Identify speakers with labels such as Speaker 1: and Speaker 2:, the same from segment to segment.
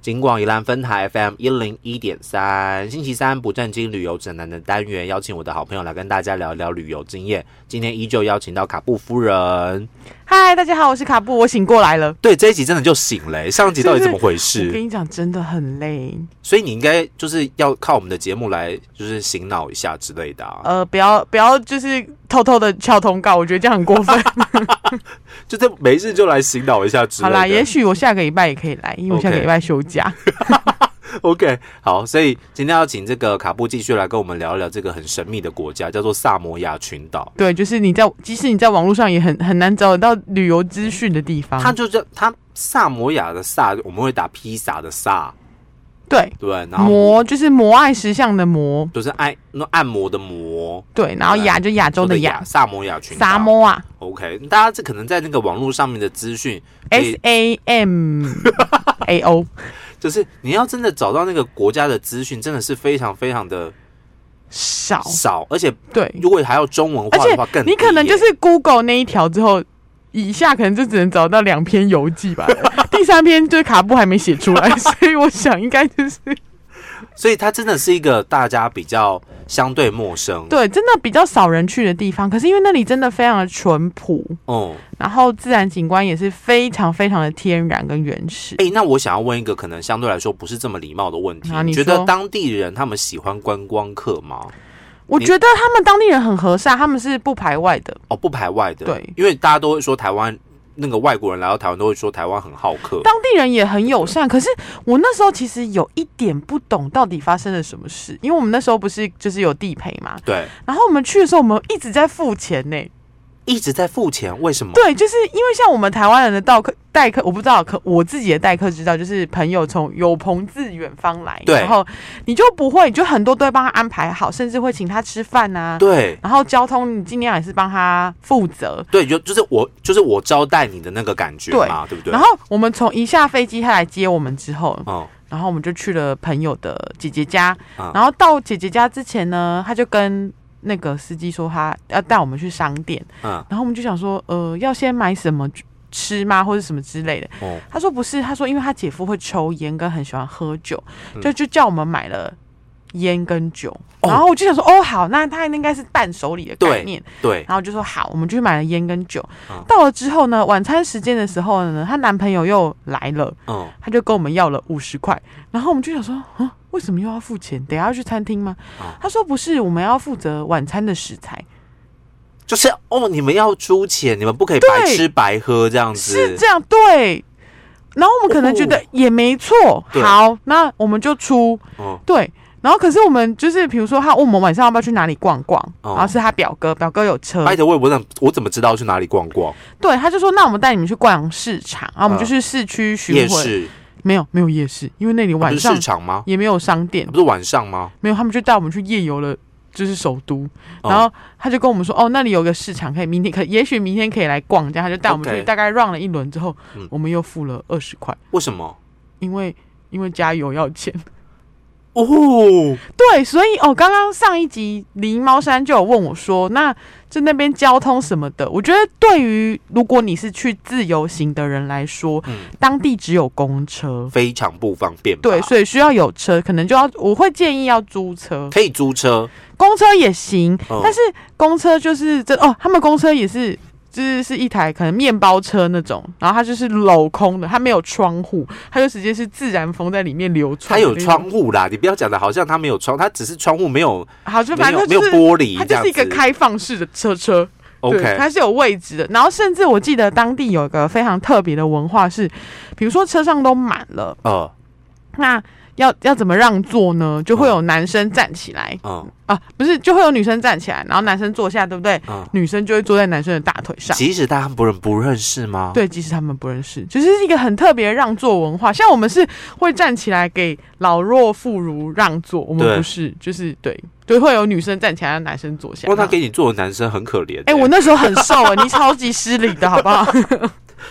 Speaker 1: 金广宜兰分台 FM 一零一点三，星期三不正经旅游指南的单元，邀请我的好朋友来跟大家聊一聊旅游经验。今天依旧邀请到卡布夫人，
Speaker 2: 嗨，大家好，我是卡布，我醒过来了。
Speaker 1: 对这一集真的就醒 了、欸，上一集到底怎么回事？
Speaker 2: 我跟你讲，真的很累。
Speaker 1: 所以你应该就是要靠我们的节目来，就是醒脑一下之类的、啊。
Speaker 2: 呃，不要不要，就是偷偷的敲通告，我觉得这样很 过分。
Speaker 1: 就这没事就来醒脑一下之类
Speaker 2: 好
Speaker 1: 的。
Speaker 2: 啦，也许我下个礼拜也可以来，因为我下个
Speaker 1: OK
Speaker 2: 礼拜休假。
Speaker 1: OK，好，所以今天要请这个卡布继续来跟我们聊一聊这个很神秘的国家，叫做萨摩亚群岛。
Speaker 2: 对，就是你在，即使你在网络上也很很难找得到旅游资讯的地方。
Speaker 1: 它就叫它萨摩亚的萨，我们会打披萨的萨，
Speaker 2: 对，
Speaker 1: 对，然后
Speaker 2: 摩就是摩爱石像的摩，
Speaker 1: 就是按那按摩的摩，
Speaker 2: 对，然后
Speaker 1: 对
Speaker 2: 亚就亚洲的亚，
Speaker 1: 萨摩亚群岛。
Speaker 2: 萨摩啊
Speaker 1: OK，大家这可能在那个网络上面的资讯，哎
Speaker 2: ，S
Speaker 1: 诶，
Speaker 2: A M A O，
Speaker 1: 就是你要真的找到那个国家的资讯，真的是非常非常的
Speaker 2: 少
Speaker 1: 少，而且
Speaker 2: 对，
Speaker 1: 如果还要中文
Speaker 2: 而
Speaker 1: 化的话，
Speaker 2: 且
Speaker 1: 更
Speaker 2: 你可能
Speaker 1: 低耶
Speaker 2: 就是 Google 那一条之后，以下可能就只能找到两篇游记吧，第三篇就是卡布还没写出来， 所以我想应该就是
Speaker 1: 所以它真的是一个大家比较相对陌生，
Speaker 2: 对，真的比较少人去的地方。可是因为那里真的非常的淳朴，
Speaker 1: 嗯。
Speaker 2: 然后自然景观也是非常非常的天然跟原始。
Speaker 1: 哎、那我想要问一个可能相对来说不是这么礼貌的问题，
Speaker 2: 好
Speaker 1: 你
Speaker 2: 啊你
Speaker 1: 觉得
Speaker 2: 说
Speaker 1: 当地人他们喜欢观光客吗？
Speaker 2: 我
Speaker 1: 你
Speaker 2: 觉得他们当地人很和善，他们是不排外的。
Speaker 1: 哦，不排外的，
Speaker 2: 对
Speaker 1: 因为大家都会说台湾那个外国人来到台湾都会说台湾很好客，
Speaker 2: 当地人也很友善，可是我那时候其实有一点不懂到底发生了什么事，因为我们那时候不是就是有地陪嘛，
Speaker 1: 对，
Speaker 2: 然后我们去的时候，我们一直在付钱呢、
Speaker 1: 一直在付钱，为什么？
Speaker 2: 对，就是因为像我们台湾人的到客代客，我不知道，可我自己的代客知道，就是朋友从有朋自远方来，
Speaker 1: 对
Speaker 2: 然后你就不会，你就很多都会帮他安排好，甚至会请他吃饭啊。
Speaker 1: 对
Speaker 2: 然后交通你尽量也是帮他负责。
Speaker 1: 对，就就是我就是我招待你的那个感觉
Speaker 2: 对
Speaker 1: 嘛，对不对？
Speaker 2: 然后我们从一下飞机，他来接我们之后，
Speaker 1: 嗯，
Speaker 2: 然后我们就去了朋友的姐姐家。
Speaker 1: 嗯
Speaker 2: 然后到姐姐家之前呢，他就跟那个司机说他要带我们去商店。
Speaker 1: 嗯
Speaker 2: 然后我们就想说，呃，要先买什么吃吗，或者什么之类的。
Speaker 1: 哦
Speaker 2: 他说不是，他说因为他姐夫会抽烟跟很喜欢喝酒，
Speaker 1: 嗯
Speaker 2: 就就叫我们买了烟跟酒。
Speaker 1: 哦
Speaker 2: 然后我就想说，哦，好，那他应该是伴手礼的概念。
Speaker 1: 对，
Speaker 2: 然后就说好，我们就去买了烟跟酒。
Speaker 1: 嗯
Speaker 2: 到了之后呢，晚餐时间的时候呢，她男朋友又来了，
Speaker 1: 嗯，
Speaker 2: 他就跟我们要了五十块。然后我们就想说，啊，为什么又要付钱？等一下要去餐厅吗？
Speaker 1: 嗯
Speaker 2: 他说不是，我们要负责晚餐的食材。
Speaker 1: 就是哦，你们要出钱，你们不可以
Speaker 2: 对
Speaker 1: 白吃白喝这样
Speaker 2: 是
Speaker 1: 子，
Speaker 2: 这样，对。然后我们可能觉得也没错，
Speaker 1: 哦对
Speaker 2: 好，那我们就出
Speaker 1: 嗯
Speaker 2: 对。然后可是我们就是，比如说他问我们晚上要不要去哪里逛逛，
Speaker 1: 哦
Speaker 2: 然后是他表哥，表哥有车，
Speaker 1: 拜托我也不怎我怎么知道去哪里逛逛
Speaker 2: 对，他就说那我们带你们去逛市场，然后我们
Speaker 1: 嗯
Speaker 2: 就去市区
Speaker 1: 夜
Speaker 2: 巡回，
Speaker 1: 市？哦
Speaker 2: 没有没有夜市，因为那里
Speaker 1: 不
Speaker 2: 晚
Speaker 1: 是
Speaker 2: 上嗯
Speaker 1: 市场哦吗？
Speaker 2: 也没有商店
Speaker 1: 不，是晚上吗？
Speaker 2: 没有，他们就带我们去夜游了。就是首都，
Speaker 1: 嗯
Speaker 2: 然后他就跟我们说，哦，那里有个市场，可以明天可也许明天可以来逛，这样他就带我们去，
Speaker 1: OK
Speaker 2: 大概 run 了一轮之后，
Speaker 1: 嗯
Speaker 2: 我们又付了二十块。
Speaker 1: 为什么？
Speaker 2: 因为因为加油要钱。
Speaker 1: 哦，
Speaker 2: 对，所以哦，刚刚上一集狸猫山就有问我说，那就那边交通什么的，我觉得对于如果你是去自由行的人来说，
Speaker 1: 嗯
Speaker 2: 当地只有公车，
Speaker 1: 非常不方便吧。
Speaker 2: 嗯对，所以需要有车，可能就要我会建议要租车，
Speaker 1: 可以租车，
Speaker 2: 公车也行，
Speaker 1: 嗯
Speaker 2: 但是公车就是这哦，他们公车也是。就是是一台可能面包车那种，然后它就是镂空的，它没有窗户，它就直接是自然风在里面流
Speaker 1: 它
Speaker 2: 窜。
Speaker 1: 有窗，户啦，你不要讲的好像它没有窗，它只是窗户没有
Speaker 2: 好，就
Speaker 1: 没
Speaker 2: 反正
Speaker 1: 有没
Speaker 2: 它就
Speaker 1: 有
Speaker 2: 是
Speaker 1: 玻璃
Speaker 2: 它
Speaker 1: 这
Speaker 2: 就
Speaker 1: 样
Speaker 2: 是一个
Speaker 1: 子。
Speaker 2: 开放式的车车对，
Speaker 1: OK，
Speaker 2: 它是有位置的。然后甚至我记得当地有一个非常特别的文化是，比如说车上都满了，
Speaker 1: 呃
Speaker 2: 那要要怎么让座呢？就会有男生站起来、
Speaker 1: 嗯
Speaker 2: 啊，不是，就会有女生站起来，然后男生坐下，对不对？
Speaker 1: 嗯，
Speaker 2: 女生就会坐在男生的大腿上。
Speaker 1: 即使他不认不认识吗？，
Speaker 2: 对，即使他们不认识，就是一个很特别的让座文化。像我们是会站起来给老弱妇孺让座，我
Speaker 1: 对
Speaker 2: 们不是，就是对，就会有女生站起来，让男生坐下。
Speaker 1: 哇，他
Speaker 2: 然后
Speaker 1: 给你做的男生很可怜欸。
Speaker 2: 哎、我那时候很瘦啊，你超级失礼的好不好？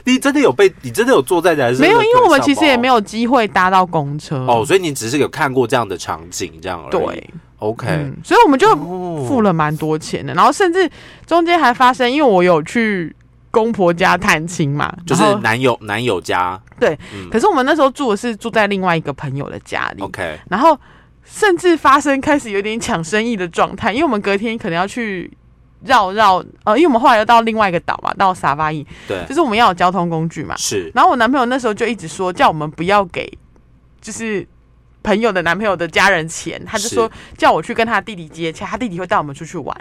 Speaker 1: 你真的有被你真的有坐在男生
Speaker 2: 没有，因为我们其实也没
Speaker 1: 有
Speaker 2: 有机会搭到公车。
Speaker 1: 哦，，所以你只是有看过这样的场景这样而已。
Speaker 2: 对，
Speaker 1: ，OK，
Speaker 2: 嗯，所以我们就
Speaker 1: 哦
Speaker 2: 付了蛮多钱的，然后甚至中间还发生，因为我有去公婆家探亲嘛，
Speaker 1: 就是
Speaker 2: 然后
Speaker 1: 男友男友家
Speaker 2: 可是我们那时候住的是住在另外一个朋友的家里，
Speaker 1: ，OK，
Speaker 2: 然后甚至发生开始有点抢生意的状态，因为我们隔天可能要去绕绕，呃，因为我们后来又到另外一个岛嘛，到沙巴伊，
Speaker 1: 对
Speaker 2: 就，是我啊们要有交通工具嘛。
Speaker 1: 是
Speaker 2: 然后我男朋友那时候就一直说，叫我们不要给，就是。朋友的男朋友的家人钱，他就是说叫我去跟他弟弟接洽，他弟弟会带我们出去玩。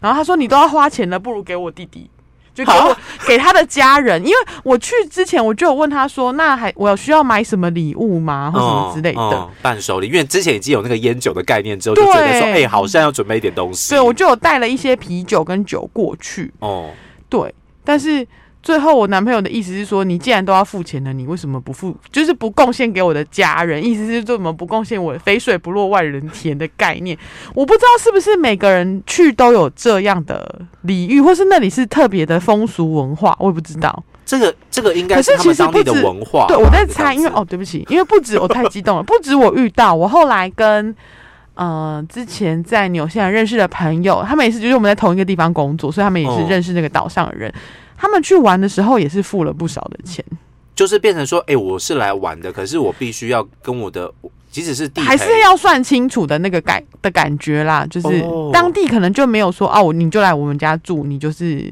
Speaker 2: 然后他说你都要花钱了，不如给我弟弟，就给我
Speaker 1: 好
Speaker 2: 给他的家人。因为我去之前我就有问他说，那还我有需要买什么礼物吗，或什么之类的。
Speaker 1: 嗯嗯伴手礼，因为之前已经有那个烟酒的概念之后，就觉得说，哎、
Speaker 2: 对
Speaker 1: 好像要准备一点东西。
Speaker 2: 对，我就有带了一些啤酒跟酒过去。
Speaker 1: 哦，
Speaker 2: 对，但是最后我男朋友的意思是说，你既然都要付钱了，你为什么不付？就是不贡献给我的家人，意思是说我们不贡献我肥水不落外人田的概念。我不知道是不是每个人去都有这样的礼遇，或是那里是特别的风俗文化，我也不知道。
Speaker 1: 这个这个应该
Speaker 2: 可是
Speaker 1: 他们
Speaker 2: 其实
Speaker 1: 当地
Speaker 2: 不
Speaker 1: 的
Speaker 2: 止
Speaker 1: 文化吧。
Speaker 2: 对，我在
Speaker 1: 这
Speaker 2: 猜，
Speaker 1: 样
Speaker 2: 因为
Speaker 1: 子
Speaker 2: 哦，，对不起，因为不止我太激动了，不止我遇到，我后来跟呃之前在纽西兰认识的朋友，他们也是，就是我们在同一个地方工作，所以他们也是
Speaker 1: 哦
Speaker 2: 认识那个岛上的人。他们去玩的时候也是付了不少的钱，
Speaker 1: 就是变成说，哎、我是来玩的，可是我必须要跟我的，即使是地陪
Speaker 2: 还是要算清楚的那个感的感觉啦，就是
Speaker 1: 哦
Speaker 2: 当地可能就没有说哦，你就来我们家住，你就是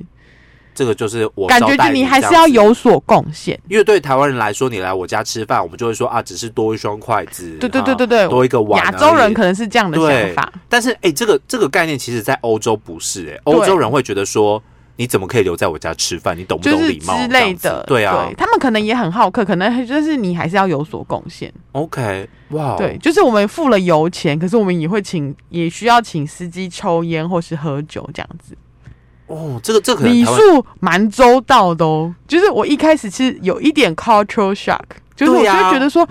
Speaker 1: 这个就是我
Speaker 2: 感
Speaker 1: 招
Speaker 2: 觉
Speaker 1: 待
Speaker 2: 就你还
Speaker 1: 这
Speaker 2: 是
Speaker 1: 样
Speaker 2: 要
Speaker 1: 子
Speaker 2: 有所贡献。
Speaker 1: 因为对台湾人来说，你来我家吃饭，我们就会说啊，只是多一双筷子，
Speaker 2: 对对对
Speaker 1: 啊
Speaker 2: 对对
Speaker 1: 多一个碗。
Speaker 2: 亚洲人，可能是这样的
Speaker 1: 对
Speaker 2: 想法，
Speaker 1: 但是哎、诶这个这个概念其实在欧洲不是哎、诶欧洲人会觉得说，你怎么可以留在我家吃饭？你懂不
Speaker 2: 就
Speaker 1: 懂
Speaker 2: 是
Speaker 1: 礼貌
Speaker 2: 之类
Speaker 1: 这样
Speaker 2: 的
Speaker 1: 子，对啊
Speaker 2: 他们可能也很好客，可能就是你还是要有所贡献。
Speaker 1: ，OK，哇，哦
Speaker 2: 对，，就是我们付了油钱，可是我们也会请，也需要请司机抽烟或是喝酒这样子，
Speaker 1: 哦，这个这个可能
Speaker 2: 礼
Speaker 1: 台湾
Speaker 2: 数蛮周到的哦。就是我一开始其实有一点 cultural shock，就是
Speaker 1: 对
Speaker 2: 我就
Speaker 1: 呀
Speaker 2: 会觉得说，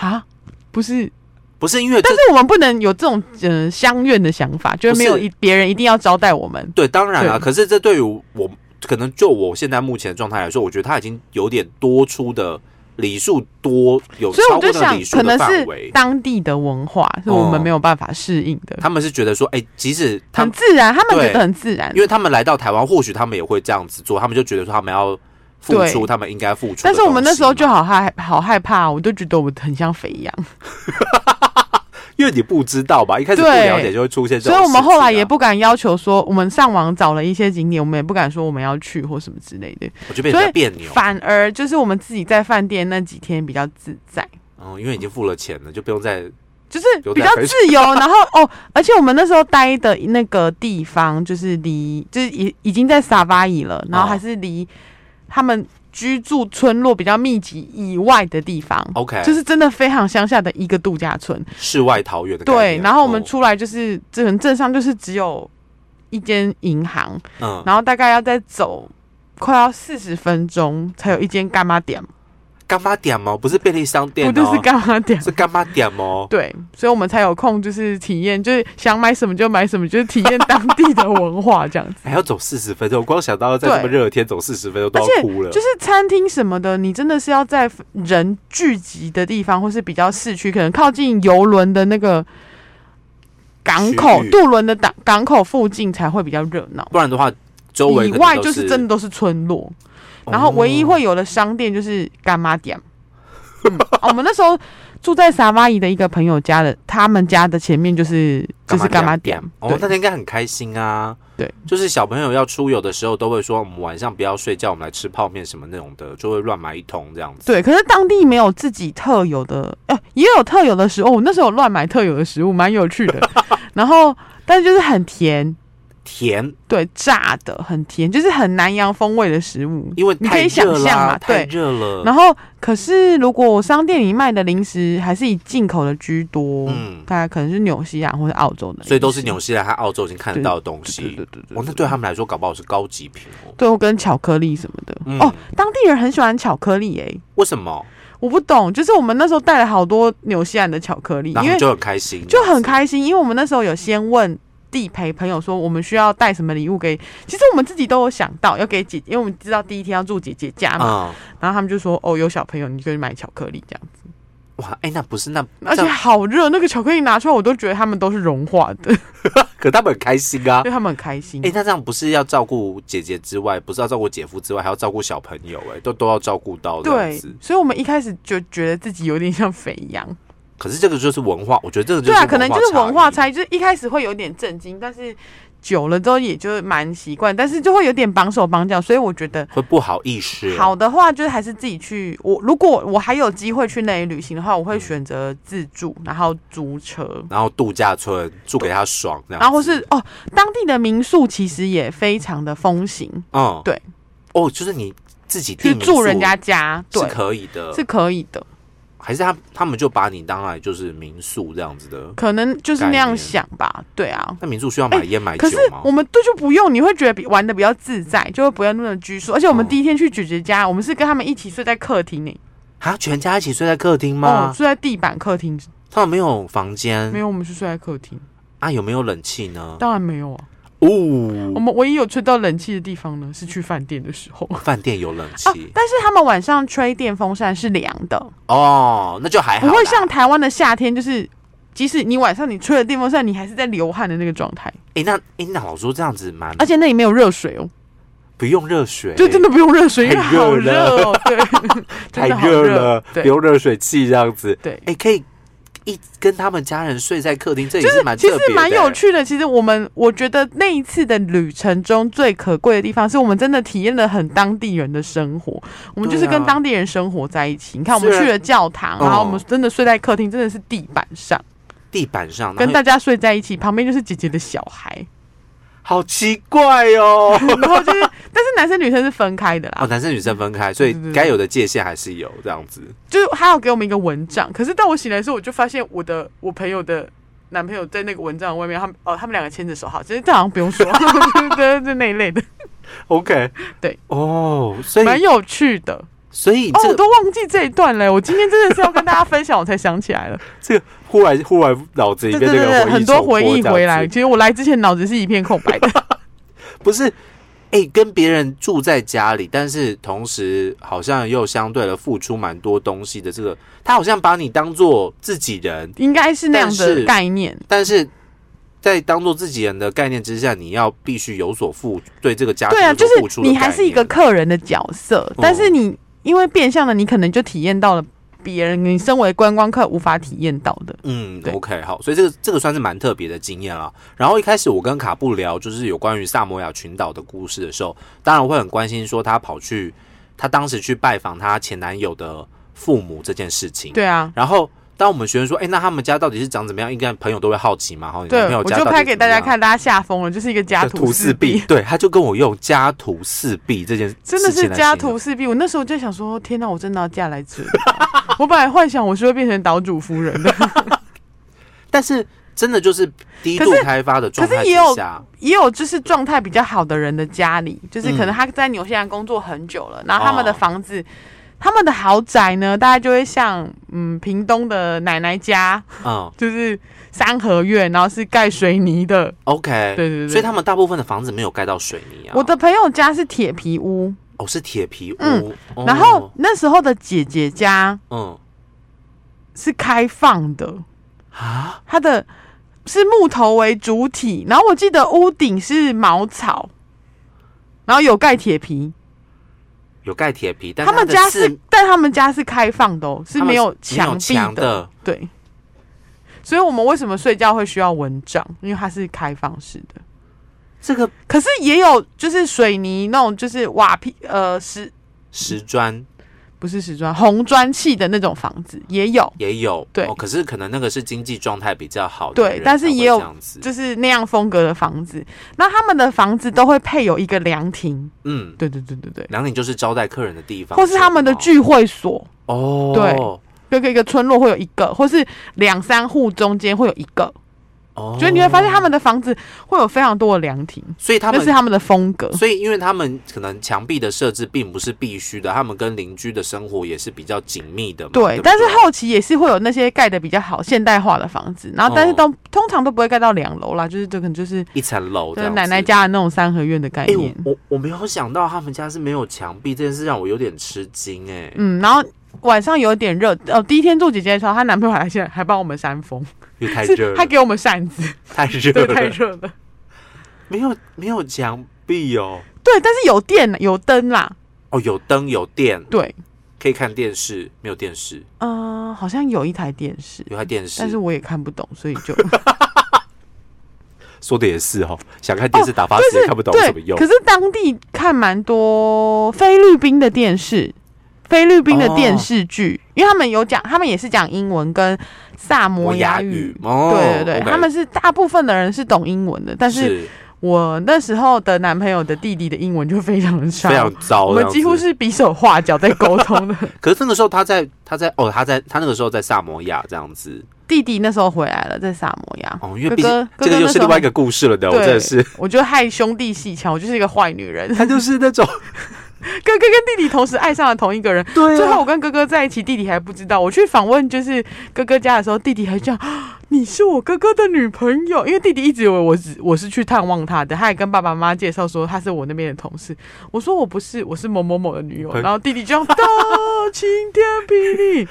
Speaker 2: 啊，不是，
Speaker 1: 不是因为这
Speaker 2: 但。是我们不能有这种嗯、呃、相怨的想法，就是没有
Speaker 1: 不是
Speaker 2: 一别人一定要招待我们。
Speaker 1: 对，当然啦、啊
Speaker 2: 对
Speaker 1: 可是这对于我，可能就我现在目前的状态来说，我觉得他已经有点多出的礼数多，有
Speaker 2: 所以
Speaker 1: 超过
Speaker 2: 我就
Speaker 1: 那个
Speaker 2: 想
Speaker 1: 礼，数
Speaker 2: 可能
Speaker 1: 的范
Speaker 2: 是
Speaker 1: 围。
Speaker 2: 当地的文化是我们没有办法适应的，
Speaker 1: 他们是觉得说，哎、即使他
Speaker 2: 很
Speaker 1: 们，
Speaker 2: 自然，他们觉
Speaker 1: 对
Speaker 2: 得很自然
Speaker 1: 因。为他们来到台湾，或许他们也会这样子做，他们就觉得说他们要付
Speaker 2: 对
Speaker 1: 出，他们应该付出的东西嘛。
Speaker 2: 但是我们那时候就好害好害怕，我就觉得我很像肥羊，
Speaker 1: 因为你不知道吧，一开始不
Speaker 2: 对
Speaker 1: 了解就会出现这种、啊
Speaker 2: 所以我们后来也，不敢要求说，我们上网找了一些景点，我们也不敢说我们要去或什么之类的，
Speaker 1: 我就变
Speaker 2: 所以
Speaker 1: 成别扭。
Speaker 2: 反而就是我们自己在饭店那几天比较自在。
Speaker 1: 嗯，因为已经付了钱了，就不用再
Speaker 2: 就是
Speaker 1: 有
Speaker 2: 比
Speaker 1: 点
Speaker 2: 较自由， 然后哦，而且我们那时候待的那个地方就是离，就是已已经在沙巴伊了，
Speaker 1: 哦
Speaker 2: 然后还是离他们居住村落比较密集以外的地方，
Speaker 1: OK，
Speaker 2: 就是真的非常乡下的一个度假村。
Speaker 1: 世外桃源的概
Speaker 2: 对，
Speaker 1: 念
Speaker 2: 然后我们
Speaker 1: 哦
Speaker 2: 出来就是这人镇上就是只有一间银行，
Speaker 1: 嗯，
Speaker 2: 然后大概要再走快要四十分钟才有一间干妈店，
Speaker 1: 干妈点哦，不是便利商店、哦，
Speaker 2: 不就是干妈 店？
Speaker 1: 是干妈点哦。。
Speaker 2: 对，所以我们才有空就是体验，就是想买什么就买什么，就是体验当地的文化这样子
Speaker 1: 还要走四十分钟，光想到在这么
Speaker 2: 对
Speaker 1: 热的天走四十分钟都
Speaker 2: 而且
Speaker 1: 要哭了
Speaker 2: 就。是餐厅什么的，你真的是要在人聚集的地方，或是比较市区，可能靠近游轮的那个港口
Speaker 1: 区、域
Speaker 2: 渡轮的港港口附近才会比较热闹。
Speaker 1: 不然的话，周围
Speaker 2: 以
Speaker 1: 可能
Speaker 2: 外
Speaker 1: 都
Speaker 2: 就是真的，都是村落，
Speaker 1: 哦
Speaker 2: 然后唯一会有的商店就是干妈店。嗯啊我们那时候住在沙巴姨的一个朋友家的，他们家的前面就是就是干妈店。
Speaker 1: 哦，
Speaker 2: 对
Speaker 1: 那天应该很开心啊。
Speaker 2: 对，
Speaker 1: 就是小朋友要出游的时候，都会说我们晚上不要睡觉，我们来吃泡面什么那种的，就会乱买一通这样子。
Speaker 2: 对，可是当地没有自己特有的，呃，也有特有的食物。我那时候有乱买特有的食物，蛮有趣的。 然后，但是就是很甜，
Speaker 1: 甜，
Speaker 2: 对，炸的很甜，就是很南洋风味的食物。
Speaker 1: 因为
Speaker 2: 你可
Speaker 1: 太
Speaker 2: 以想
Speaker 1: 热
Speaker 2: 象
Speaker 1: 啦，
Speaker 2: 嘛
Speaker 1: 太
Speaker 2: 对
Speaker 1: 热了。
Speaker 2: 然后，可是如果商店里卖的零食还是以进口的居多，
Speaker 1: 嗯
Speaker 2: 大概可能是纽西兰或者澳洲的，
Speaker 1: 所以都是纽西兰和澳洲已经看得
Speaker 2: 对
Speaker 1: 到的东
Speaker 2: 对对
Speaker 1: 西
Speaker 2: 对。对对
Speaker 1: 哦，那对他们来说，搞不好是高级品哦。
Speaker 2: 对，跟巧克力什么的。
Speaker 1: 嗯
Speaker 2: 哦，当地人很喜欢巧克力诶、
Speaker 1: 为什么？
Speaker 2: 我不懂，就是我们那时候带了好多纽西兰的巧克力，
Speaker 1: 然
Speaker 2: 因
Speaker 1: 后
Speaker 2: 为
Speaker 1: 就很开心，
Speaker 2: 就很开心，因为我们那时候有先问。地陪朋友说，我们需要带什么礼物给？其实我们自己都有想到要给姐，因为我们知道第一天要住姐姐家嘛。
Speaker 1: 啊。
Speaker 2: 然后他们就说，哦，有小朋友，你就去买巧克力这样。
Speaker 1: 哇，哎，那不是那，
Speaker 2: 而且
Speaker 1: 这样
Speaker 2: 好热，那个巧克力拿出来，我都觉得他们都是融化的。
Speaker 1: 可他们很开心啊
Speaker 2: 因为。他们很开心。
Speaker 1: 哎、那这样不是要照顾姐姐之外，不是要照顾姐夫之外，还要照顾小朋友、哎，都都要照顾到这样
Speaker 2: 对
Speaker 1: 子。，
Speaker 2: 所以我们一开始就觉得自己有点像肥羊。
Speaker 1: 可是这个就是文化，我觉得这个 就是
Speaker 2: 对啊，可能就是文化
Speaker 1: 异
Speaker 2: 差异，就是一开始会有点震惊，但是久了之后也就蛮习惯，但是就会有点绑手绑脚，所以我觉得。
Speaker 1: 会不好意思。
Speaker 2: 好的话，就是还是自己去。我如果我还有机会去那里旅行的话，
Speaker 1: 嗯
Speaker 2: 我会选择自助，然后租车，
Speaker 1: 然后度假村住给他爽，这样子
Speaker 2: 然后或是哦，当地的民宿其实也非常的风行，
Speaker 1: 嗯，
Speaker 2: 对，
Speaker 1: 哦，就是你自己
Speaker 2: 去
Speaker 1: 订
Speaker 2: 住
Speaker 1: 民宿
Speaker 2: 人家家，对
Speaker 1: 是，可以的，
Speaker 2: 是可以的。
Speaker 1: 还是他他们就把你当来就是民宿这样子的？
Speaker 2: 可能就是那
Speaker 1: 概
Speaker 2: 样
Speaker 1: 念
Speaker 2: 想吧，对啊。
Speaker 1: 那民宿需要买烟买酒
Speaker 2: 可是
Speaker 1: 吗
Speaker 2: 我？们这就不用，你会觉得比玩的比较自在，就会不要那么拘束。而且我们
Speaker 1: 嗯
Speaker 2: 第一天去姐姐家，我们是跟他们一起睡在客厅里，
Speaker 1: 啊，全家一起睡在客厅
Speaker 2: 哦
Speaker 1: 吗，？
Speaker 2: 睡在地板客厅，
Speaker 1: 他们没有房间，
Speaker 2: 没有，我们是睡在客厅，
Speaker 1: 啊？有没有冷气呢？
Speaker 2: 当然没有啊。我
Speaker 1: 哦，
Speaker 2: 们唯一有吹到冷气的地方呢，是去饭店的时候。
Speaker 1: 饭店有冷
Speaker 2: 啊
Speaker 1: 气、
Speaker 2: 但是他们晚上吹电风扇是凉的，
Speaker 1: 哦，那就还好
Speaker 2: 不
Speaker 1: 啦，
Speaker 2: 会像台湾的夏天，就是即使你晚上你吹了电风扇，你还是在流汗的那个状态，
Speaker 1: 哎、那哎、那老叔这样子蛮
Speaker 2: 而且那里没有热水哦，
Speaker 1: 不用热水、
Speaker 2: 就真的不用热水，因为
Speaker 1: 太热
Speaker 2: 好热 哦，对，
Speaker 1: 太
Speaker 2: 真的好
Speaker 1: 热了，
Speaker 2: 对
Speaker 1: 不用热水器这样子。
Speaker 2: 对
Speaker 1: 哎、。可以一跟他们家人睡在客厅，这也
Speaker 2: 就是
Speaker 1: 蛮
Speaker 2: 其
Speaker 1: 特
Speaker 2: 实
Speaker 1: 别的、欸
Speaker 2: 蛮有。趣的。其实我们我觉得那一次的旅程中最可贵的地方，是我们真的体验了很当地人的生活。我们就是
Speaker 1: 对
Speaker 2: 跟
Speaker 1: 啊
Speaker 2: 当地人生活在一起。你看，我
Speaker 1: 虽
Speaker 2: 们
Speaker 1: 然
Speaker 2: 去了教堂，
Speaker 1: 嗯
Speaker 2: 然后我们真的睡在客厅，真的是地板上，
Speaker 1: 地板上，
Speaker 2: 跟
Speaker 1: 然后
Speaker 2: 大家睡在一起，旁边就是姐姐的小孩。
Speaker 1: 好奇怪 哦。
Speaker 2: 然后就是，但是男生女生是分开的
Speaker 1: 哦，
Speaker 2: 啦，
Speaker 1: 男生女生分开，所以
Speaker 2: 对对对
Speaker 1: 该有的界限还是有这样子。
Speaker 2: 就是他有给我们一个蚊帐。可是当我醒来的时候，我就发现我的我朋友的。男朋友在那个蚊帐外面，他们哦，他们两个牵着手，好，其实这好像不用说， 对，就那一类的，
Speaker 1: OK，
Speaker 2: 对，
Speaker 1: 哦，所以
Speaker 2: 蛮有趣的。
Speaker 1: 所以
Speaker 2: 哦，
Speaker 1: 这
Speaker 2: 我
Speaker 1: 个、
Speaker 2: 都忘记这一段嘞，我今天真的是要跟大家分享，我才想起来 了。
Speaker 1: 这个忽然忽然脑子里
Speaker 2: 对
Speaker 1: 面
Speaker 2: 对
Speaker 1: 那个
Speaker 2: 对对，
Speaker 1: 回忆
Speaker 2: 很多
Speaker 1: 重播
Speaker 2: 回忆
Speaker 1: 这样
Speaker 2: 回
Speaker 1: 子
Speaker 2: 来，其实我来之前脑子是一片空白 的。
Speaker 1: 不是，哎、跟别人住在家里，但是同时好像又相对的付出蛮多东西的。这个他好像把你当做自己人，
Speaker 2: 应该是那样
Speaker 1: 但是
Speaker 2: 的概念。
Speaker 1: 但是在当做自己人的概念之下，你要必须有所付对这个家庭
Speaker 2: 对啊，
Speaker 1: 有所
Speaker 2: 就
Speaker 1: 付
Speaker 2: 是
Speaker 1: 出的
Speaker 2: 你还
Speaker 1: 概
Speaker 2: 是一个
Speaker 1: 念嗯
Speaker 2: 客人的角色，但是你因为变相的，你可能就体验到了别人你身为观光客无法体验到的。
Speaker 1: 嗯
Speaker 2: 对
Speaker 1: ，OK，好，所以这个这个算是蛮特别的经验了。然后一开始我跟卡布聊就是有关于萨摩亚群岛的故事的时候，当然我会很关心说她跑去，她当时去拜访她前男友的父母这件事情。
Speaker 2: 对啊，
Speaker 1: 然后当我们学生说，哎、那他们家到底是长怎么样？应该朋友都会好奇嘛，哈，你男
Speaker 2: 对
Speaker 1: 朋，友
Speaker 2: 我
Speaker 1: 家
Speaker 2: 就
Speaker 1: 到底
Speaker 2: 拍
Speaker 1: 是
Speaker 2: 给
Speaker 1: 怎
Speaker 2: 大
Speaker 1: 么
Speaker 2: 家
Speaker 1: 样。
Speaker 2: 看，大家吓疯了，就是一个家
Speaker 1: 家
Speaker 2: 徒
Speaker 1: 徒
Speaker 2: 四
Speaker 1: 四
Speaker 2: 壁
Speaker 1: 壁，，对，他就跟我用家徒四壁这件事
Speaker 2: 真的
Speaker 1: 情
Speaker 2: 是
Speaker 1: 来
Speaker 2: 家
Speaker 1: 形容
Speaker 2: 徒四壁。我那时候就想说，天哪，我真的要嫁来这里吗。 我本来幻想我是会变成岛主夫人的，
Speaker 1: 但是真的就是低
Speaker 2: 可
Speaker 1: 度
Speaker 2: 是
Speaker 1: 开发的状
Speaker 2: 可是
Speaker 1: 态
Speaker 2: 也
Speaker 1: 之
Speaker 2: 有
Speaker 1: 下，
Speaker 2: 也有就是状态比较好的人的家里，就是可
Speaker 1: 嗯
Speaker 2: 能他在纽西兰工作很久了，然后他们的
Speaker 1: 哦
Speaker 2: 房子。他们的豪宅呢，大概就会像嗯屏东的奶奶家，
Speaker 1: 嗯
Speaker 2: 就是三合院，然后是盖水泥的。
Speaker 1: ，OK，
Speaker 2: 对对对
Speaker 1: 所以他们大部分的房子没有盖到水泥啊，
Speaker 2: 我的朋友家是铁皮屋，
Speaker 1: 哦是铁皮屋，
Speaker 2: 嗯
Speaker 1: 哦
Speaker 2: 然后那时候的姐姐家
Speaker 1: 嗯
Speaker 2: 是开放的，
Speaker 1: 啊，
Speaker 2: 它的是木头为主体，然后我记得屋顶是茅草，然后有盖铁皮。
Speaker 1: 有盖铁皮，但
Speaker 2: 他们
Speaker 1: 的
Speaker 2: 家
Speaker 1: 四
Speaker 2: 是，但他们家是开放的哦，是
Speaker 1: 他们
Speaker 2: 没有
Speaker 1: 是没有
Speaker 2: 墙壁
Speaker 1: 墙的
Speaker 2: 对，所以我们为什么睡觉会需要蚊帐？因为它是开放式的。
Speaker 1: 这个
Speaker 2: 可是也有就是水泥那种，就是瓦皮呃石
Speaker 1: 石砖
Speaker 2: 不是石砖红砖砌的那种房子也有，
Speaker 1: 也有，
Speaker 2: 对
Speaker 1: 哦可是可能那个是经济状态比较好的
Speaker 2: 对
Speaker 1: 人才会这样子，
Speaker 2: 但是也有就是那样风格的房子。那他们的房子都会配有一个凉亭，
Speaker 1: 嗯，
Speaker 2: 对对对对对，
Speaker 1: 凉亭就是招待客人的地方，
Speaker 2: 或是他们的聚会所，
Speaker 1: 哦，
Speaker 2: 对各个一个村落会有一个，或是两三户中间会有一个。
Speaker 1: 哦，
Speaker 2: 所以你会发现他们的房子会有非常多的凉亭，
Speaker 1: 所以他
Speaker 2: 那
Speaker 1: 们
Speaker 2: 是他们的风格。
Speaker 1: 所以，因为他们可能墙壁的设置并不是必须的，他们跟邻居的生活也是比较紧密的嘛。对
Speaker 2: 对，
Speaker 1: 不对，
Speaker 2: 但是后期也是会有那些盖的比较好、现代化的房子，然后
Speaker 1: 哦
Speaker 2: 但是都、通常都不会盖到两楼啦，就是这可能就是
Speaker 1: 一层楼这
Speaker 2: 就是
Speaker 1: 样子
Speaker 2: 奶奶。家的那种三合院的概
Speaker 1: 哎、
Speaker 2: 念
Speaker 1: 我。我我没有想到他们家是没有墙壁这件事，让我有点吃惊哎、
Speaker 2: 嗯，然后晚上有点热，哦，第一天做姐姐的时候，她男朋友还现还帮我们扇风，
Speaker 1: 因为太热
Speaker 2: 是他
Speaker 1: 了，
Speaker 2: 给我们扇 子，
Speaker 1: 太热
Speaker 2: 对，太
Speaker 1: 了，
Speaker 2: 热了，
Speaker 1: 没有没有墙壁哦，
Speaker 2: 对，但是有电有灯啦，
Speaker 1: 哦，有灯有电，
Speaker 2: 对，
Speaker 1: 可以看电视，没有电视，
Speaker 2: 嗯、好像有一台电视，
Speaker 1: 有台电视，
Speaker 2: 但是我也看不懂，所以就
Speaker 1: 说的也是哦，想看电视打发
Speaker 2: 就
Speaker 1: 时间、
Speaker 2: 是
Speaker 1: 看不懂有
Speaker 2: 对
Speaker 1: 什么用
Speaker 2: 可，是当地看蛮多菲律宾的电视，菲律宾的电视
Speaker 1: 哦
Speaker 2: 剧，因为他们有讲，他们也是讲英文跟萨摩亚语。
Speaker 1: 哦，
Speaker 2: 对对对
Speaker 1: OK
Speaker 2: 他们是大部分的人是懂英文的，但是
Speaker 1: 是
Speaker 2: 我那时候的男朋友的弟弟的英文就非常的差，
Speaker 1: 非常糟，
Speaker 2: 我们几乎
Speaker 1: 这样子。
Speaker 2: 是比手画脚在沟通的。
Speaker 1: 可是那个时候他在他在哦他在他那个时候在萨摩亚这样子
Speaker 2: 弟弟那时候回来了，在萨摩亚。
Speaker 1: 哦，因为
Speaker 2: 哥
Speaker 1: 毕竟
Speaker 2: 哥
Speaker 1: 这
Speaker 2: 哥
Speaker 1: 个
Speaker 2: 哥
Speaker 1: 又
Speaker 2: 那
Speaker 1: 是
Speaker 2: 时候
Speaker 1: 另外一个故事了的，我
Speaker 2: 对
Speaker 1: 真的是
Speaker 2: 我就害兄弟戏腔，我就是一个坏女人。
Speaker 1: 他就是那 种
Speaker 2: 哥哥跟弟弟同时爱上了同一个人，
Speaker 1: 对
Speaker 2: 最
Speaker 1: 啊
Speaker 2: 后我跟哥哥在一起，弟弟还不知道。我去访问就是哥哥家的时候，弟弟还这样，啊 你是我哥哥的女朋友，因为弟弟一直以为我只我是去探望他的，他还跟爸爸妈妈介绍说他是我那边的同事。我说我不是，我是某某某的女友。
Speaker 1: 很
Speaker 2: 然后弟弟就这样 大晴天霹雳，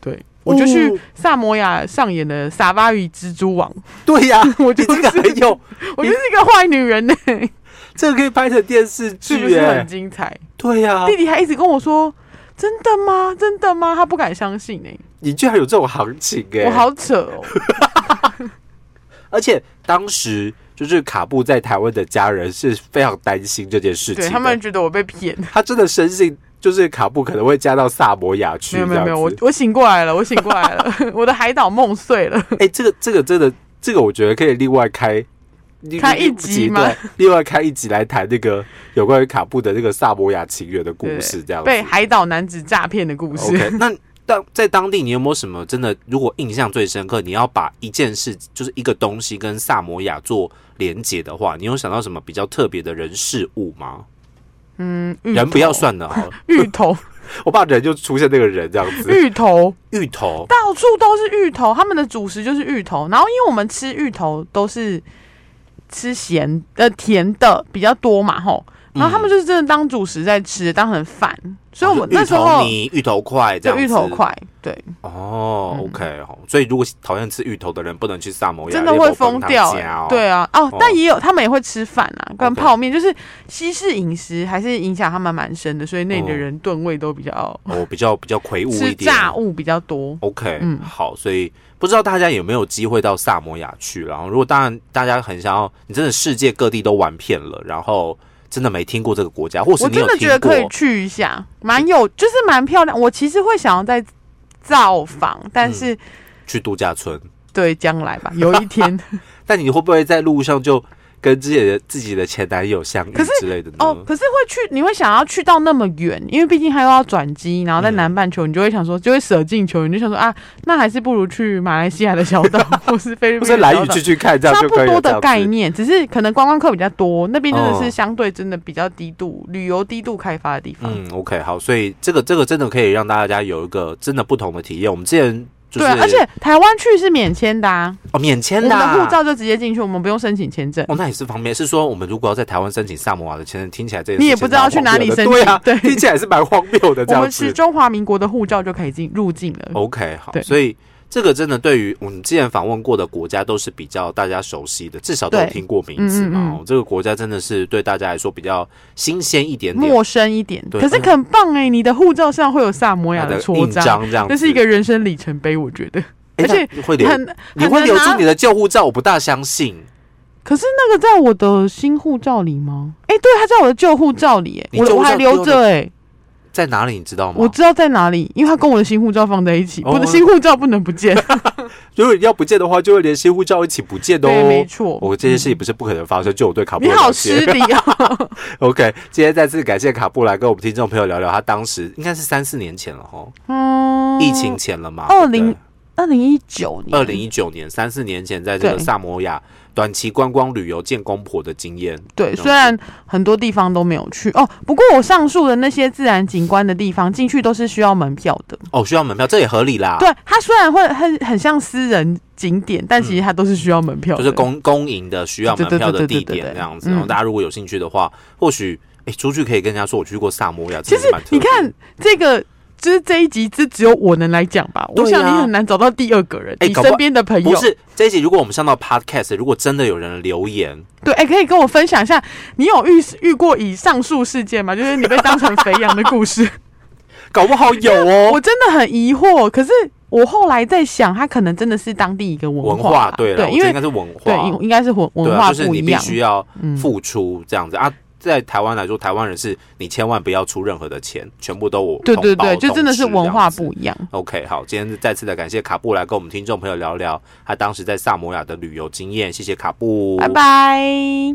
Speaker 2: 对我就去
Speaker 1: 哦
Speaker 2: 萨摩亚上演了《撒巴与蜘蛛网
Speaker 1: 对呀、
Speaker 2: 我就
Speaker 1: 你这个
Speaker 2: 是
Speaker 1: 很有，》，
Speaker 2: 我就是一个坏女人呢、
Speaker 1: 这个可以拍成电视
Speaker 2: 是不
Speaker 1: 剧
Speaker 2: 是
Speaker 1: 耶、啊
Speaker 2: 很精彩？
Speaker 1: 对呀、
Speaker 2: 弟弟还一直跟我说：“真的吗？真的吗？”他不敢相信哎、
Speaker 1: 你居然有这种行情哎、
Speaker 2: 我好扯哦。
Speaker 1: 而且当时就是卡布在台湾的家人是非常担心这件事情
Speaker 2: 对
Speaker 1: 的，
Speaker 2: 他们觉得我被骗，
Speaker 1: 他真的深信就是卡布可能会嫁到萨摩亚去，
Speaker 2: 没有没有没有，
Speaker 1: 这样
Speaker 2: 我
Speaker 1: 子
Speaker 2: 我醒过来了，我醒过来了， 我的海岛梦碎了。
Speaker 1: 哎、这个这个真的，这个我觉得可以另外开。另
Speaker 2: 开一
Speaker 1: 另
Speaker 2: 集吗
Speaker 1: 对，另外开一集来谈那个有关于卡布的那个萨摩亚情缘的故事，这样子。
Speaker 2: 被海岛男子诈骗的故事。
Speaker 1: OK，那当在当地你有没有什么真的，如果印象最深刻，你要把一件事，就是一个东西跟萨摩亚做连结的话，你有想到什么比较特别的人事物吗？
Speaker 2: 嗯，芋
Speaker 1: 人
Speaker 2: 头
Speaker 1: 不要，算了好了，
Speaker 2: 芋 头，
Speaker 1: 我把人就出现那个人这样子，
Speaker 2: 芋头，
Speaker 1: 芋头
Speaker 2: 到处都是芋头，他们的主食就是芋头。然后因为我们吃芋头都是吃咸呃甜的比较多嘛吼，
Speaker 1: 嗯
Speaker 2: 然后他们就是真的当主食在吃，当成饭。所以我们
Speaker 1: 哦就
Speaker 2: 那时候
Speaker 1: 芋头泥、芋头块这样
Speaker 2: 就
Speaker 1: 子，
Speaker 2: 芋头块，对，
Speaker 1: 哦
Speaker 2: 嗯
Speaker 1: ，OK，好，所以如果讨厌吃芋头的人，不能去萨摩亚，
Speaker 2: 真的
Speaker 1: 猎
Speaker 2: 会
Speaker 1: 狗
Speaker 2: 疯
Speaker 1: 他
Speaker 2: 掉、
Speaker 1: 家哦
Speaker 2: 欸。，对啊，哦
Speaker 1: 哦，
Speaker 2: 但也有他们也会吃饭啊，跟
Speaker 1: OK
Speaker 2: 泡面，就是西式饮食还是影响他们蛮深的，所以那里的人吨位都比较
Speaker 1: 哦我比较比较魁梧
Speaker 2: 吃
Speaker 1: 哦一点。哦
Speaker 2: 炸物比较多。
Speaker 1: OK，
Speaker 2: 嗯
Speaker 1: 好，所以不知道大家有没有机会到萨摩亚去？然后，如果当然大家很想要，你真的世界各地都玩遍了，然后真的没听过这个国家，或是
Speaker 2: 我
Speaker 1: 你有
Speaker 2: 真的觉
Speaker 1: 听
Speaker 2: 得
Speaker 1: 过
Speaker 2: 可以去一下，蛮有，就是蛮漂亮。我其实会想要在造访，
Speaker 1: 嗯
Speaker 2: 但是、
Speaker 1: 去度假村，
Speaker 2: 对将来吧，有一 天
Speaker 1: 但你会不会在路上就跟自己的自己的前男友相遇
Speaker 2: 可是
Speaker 1: 之类的呢？
Speaker 2: 哦，可是会去，你会想要去到那么远，因为毕竟还要转机，然后在
Speaker 1: 嗯
Speaker 2: 南半球，你就会想说，就会舍近求远，你就想说啊，那还是不如去马来西亚 的小岛或是菲律
Speaker 1: 不
Speaker 2: 宾
Speaker 1: 是
Speaker 2: 的
Speaker 1: 来
Speaker 2: 小
Speaker 1: 雨
Speaker 2: 岛
Speaker 1: 去。去看，这样
Speaker 2: 差
Speaker 1: 就
Speaker 2: 不
Speaker 1: 可以了
Speaker 2: 多
Speaker 1: 这样
Speaker 2: 的
Speaker 1: 子
Speaker 2: 概念，只是可能观光客比较多，那边真的
Speaker 1: 嗯
Speaker 2: 是相对真的比较低度、旅游低度开发的地方。
Speaker 1: 嗯，OK，好，所以这个这个真的可以让大家有一个真的不同的体验。我们之前就是
Speaker 2: 对啊，而且台湾去是免签的啊，
Speaker 1: 哦，免签
Speaker 2: 我们
Speaker 1: 的啊、
Speaker 2: 的护照就直接进去，我们不用申请签证。
Speaker 1: 哦，那也是方便。是说我们如果要在台湾申请萨摩瓦的签证，听起来这件
Speaker 2: 你也
Speaker 1: 事情
Speaker 2: 不知道去哪里
Speaker 1: 蛮荒
Speaker 2: 申
Speaker 1: 谬的对
Speaker 2: 请
Speaker 1: 啊，
Speaker 2: 对
Speaker 1: 听起来是蛮荒谬的这
Speaker 2: 我
Speaker 1: 样
Speaker 2: 们是
Speaker 1: 子。哦
Speaker 2: 中华民国的护照就可以进入境了。
Speaker 1: OK，好，
Speaker 2: 对
Speaker 1: 所以这个真的对于我们之前访问过的国家都是比较大家熟悉的，至少都有
Speaker 2: 对
Speaker 1: 听过名字嘛。
Speaker 2: 嗯嗯嗯
Speaker 1: 哦，这个国家真的是对大家来说比较新鲜一点点，
Speaker 2: 陌生一点，
Speaker 1: 对
Speaker 2: 可是很棒哎、你的护照上会有萨摩亚
Speaker 1: 它
Speaker 2: 的
Speaker 1: 的
Speaker 2: 戳
Speaker 1: 印
Speaker 2: 章，
Speaker 1: 章这样子，
Speaker 2: 那是一个人生里程碑，我觉得
Speaker 1: 哎，
Speaker 2: 而且
Speaker 1: 那会留，
Speaker 2: 很
Speaker 1: 你会
Speaker 2: 很
Speaker 1: 留
Speaker 2: 难拿
Speaker 1: 住你的旧护照，我不大相信。
Speaker 2: 可是那个在我的新护照里吗？哎、对，它在我的旧护照里、欸，
Speaker 1: 你
Speaker 2: 我的
Speaker 1: 旧
Speaker 2: 我
Speaker 1: 护照
Speaker 2: 还留着哎、
Speaker 1: 在哪里你知道吗？
Speaker 2: 我知道在哪里，因为它跟我的新护照放在一起，
Speaker 1: 哦
Speaker 2: 我的新护照不能不见。
Speaker 1: 如果你要不见的话，就会连新护照一起不见
Speaker 2: 对，没
Speaker 1: 哦。
Speaker 2: 错。
Speaker 1: 我这件事情不是不可能发生，就我对卡布
Speaker 2: 你
Speaker 1: 的
Speaker 2: 好
Speaker 1: 了解
Speaker 2: 失礼啊！
Speaker 1: OK，今天再次感谢卡布来跟我们听众朋友聊聊他当时应该是三四年前了哈，
Speaker 2: 嗯，
Speaker 1: 疫情前了嘛，
Speaker 2: 20二哦零一九年，
Speaker 1: 二零一九年三四年前在这个
Speaker 2: 对
Speaker 1: 萨摩亚短期观光旅游见公婆的经验，
Speaker 2: 对，
Speaker 1: 了解
Speaker 2: 虽然很多地方都没有去哦，不过我上述的那些自然景观的地方进去都是需要门票的。
Speaker 1: 哦，需要门票，这也合理啦，，
Speaker 2: 对，它虽然会很很像私人景点，但其实它都是需要门票的。
Speaker 1: 就是公公营的需要门票的
Speaker 2: 对对
Speaker 1: 地
Speaker 2: 对对对对
Speaker 1: 点
Speaker 2: 对
Speaker 1: 这样子，
Speaker 2: 嗯
Speaker 1: 然后大家如果有兴趣的话，或许哎出去可以跟人家说我去过萨摩亚，
Speaker 2: 其
Speaker 1: 真的
Speaker 2: 实
Speaker 1: 是蛮特
Speaker 2: 你
Speaker 1: 别的
Speaker 2: 看这个就是这一集，这只有我能来讲吧。
Speaker 1: 对啊
Speaker 2: 我想你很难找到第二个人，
Speaker 1: 哎
Speaker 2: 你
Speaker 1: 搞不好
Speaker 2: 身边的朋
Speaker 1: 不
Speaker 2: 友
Speaker 1: 是这一集，如果我们上到 podcast，如果真的有人留言，
Speaker 2: 对，哎、可以跟我分享一下，你有遇遇过以上述事件吗？就是你被当成肥羊的故事，
Speaker 1: 搞不好有 哦
Speaker 2: 我。真的很疑惑。可是我后来在想，他可能真的是当地一个文
Speaker 1: 文
Speaker 2: 化
Speaker 1: 化
Speaker 2: 吧，
Speaker 1: 对了，
Speaker 2: 对，
Speaker 1: 我
Speaker 2: 因
Speaker 1: 觉得应该
Speaker 2: 为
Speaker 1: 是文化，
Speaker 2: 对应应该是文
Speaker 1: 对
Speaker 2: 文
Speaker 1: 啊，
Speaker 2: 化
Speaker 1: 就是
Speaker 2: 不
Speaker 1: 你
Speaker 2: 一
Speaker 1: 必
Speaker 2: 样。
Speaker 1: 须要
Speaker 2: 嗯
Speaker 1: 付出这样子、啊。在台湾来说，台湾人是你千万不要出任何的钱，全部都我
Speaker 2: 对
Speaker 1: 同
Speaker 2: 对
Speaker 1: 胞
Speaker 2: 对，就
Speaker 1: 同
Speaker 2: 真的
Speaker 1: 吃
Speaker 2: 是
Speaker 1: 这
Speaker 2: 文
Speaker 1: 样
Speaker 2: 化
Speaker 1: 子
Speaker 2: 不一样。
Speaker 1: OK，好，今天再次的感谢卡布来跟我们听众朋友聊聊他当时在萨摩亚的旅游经验，谢谢卡布，
Speaker 2: 拜拜。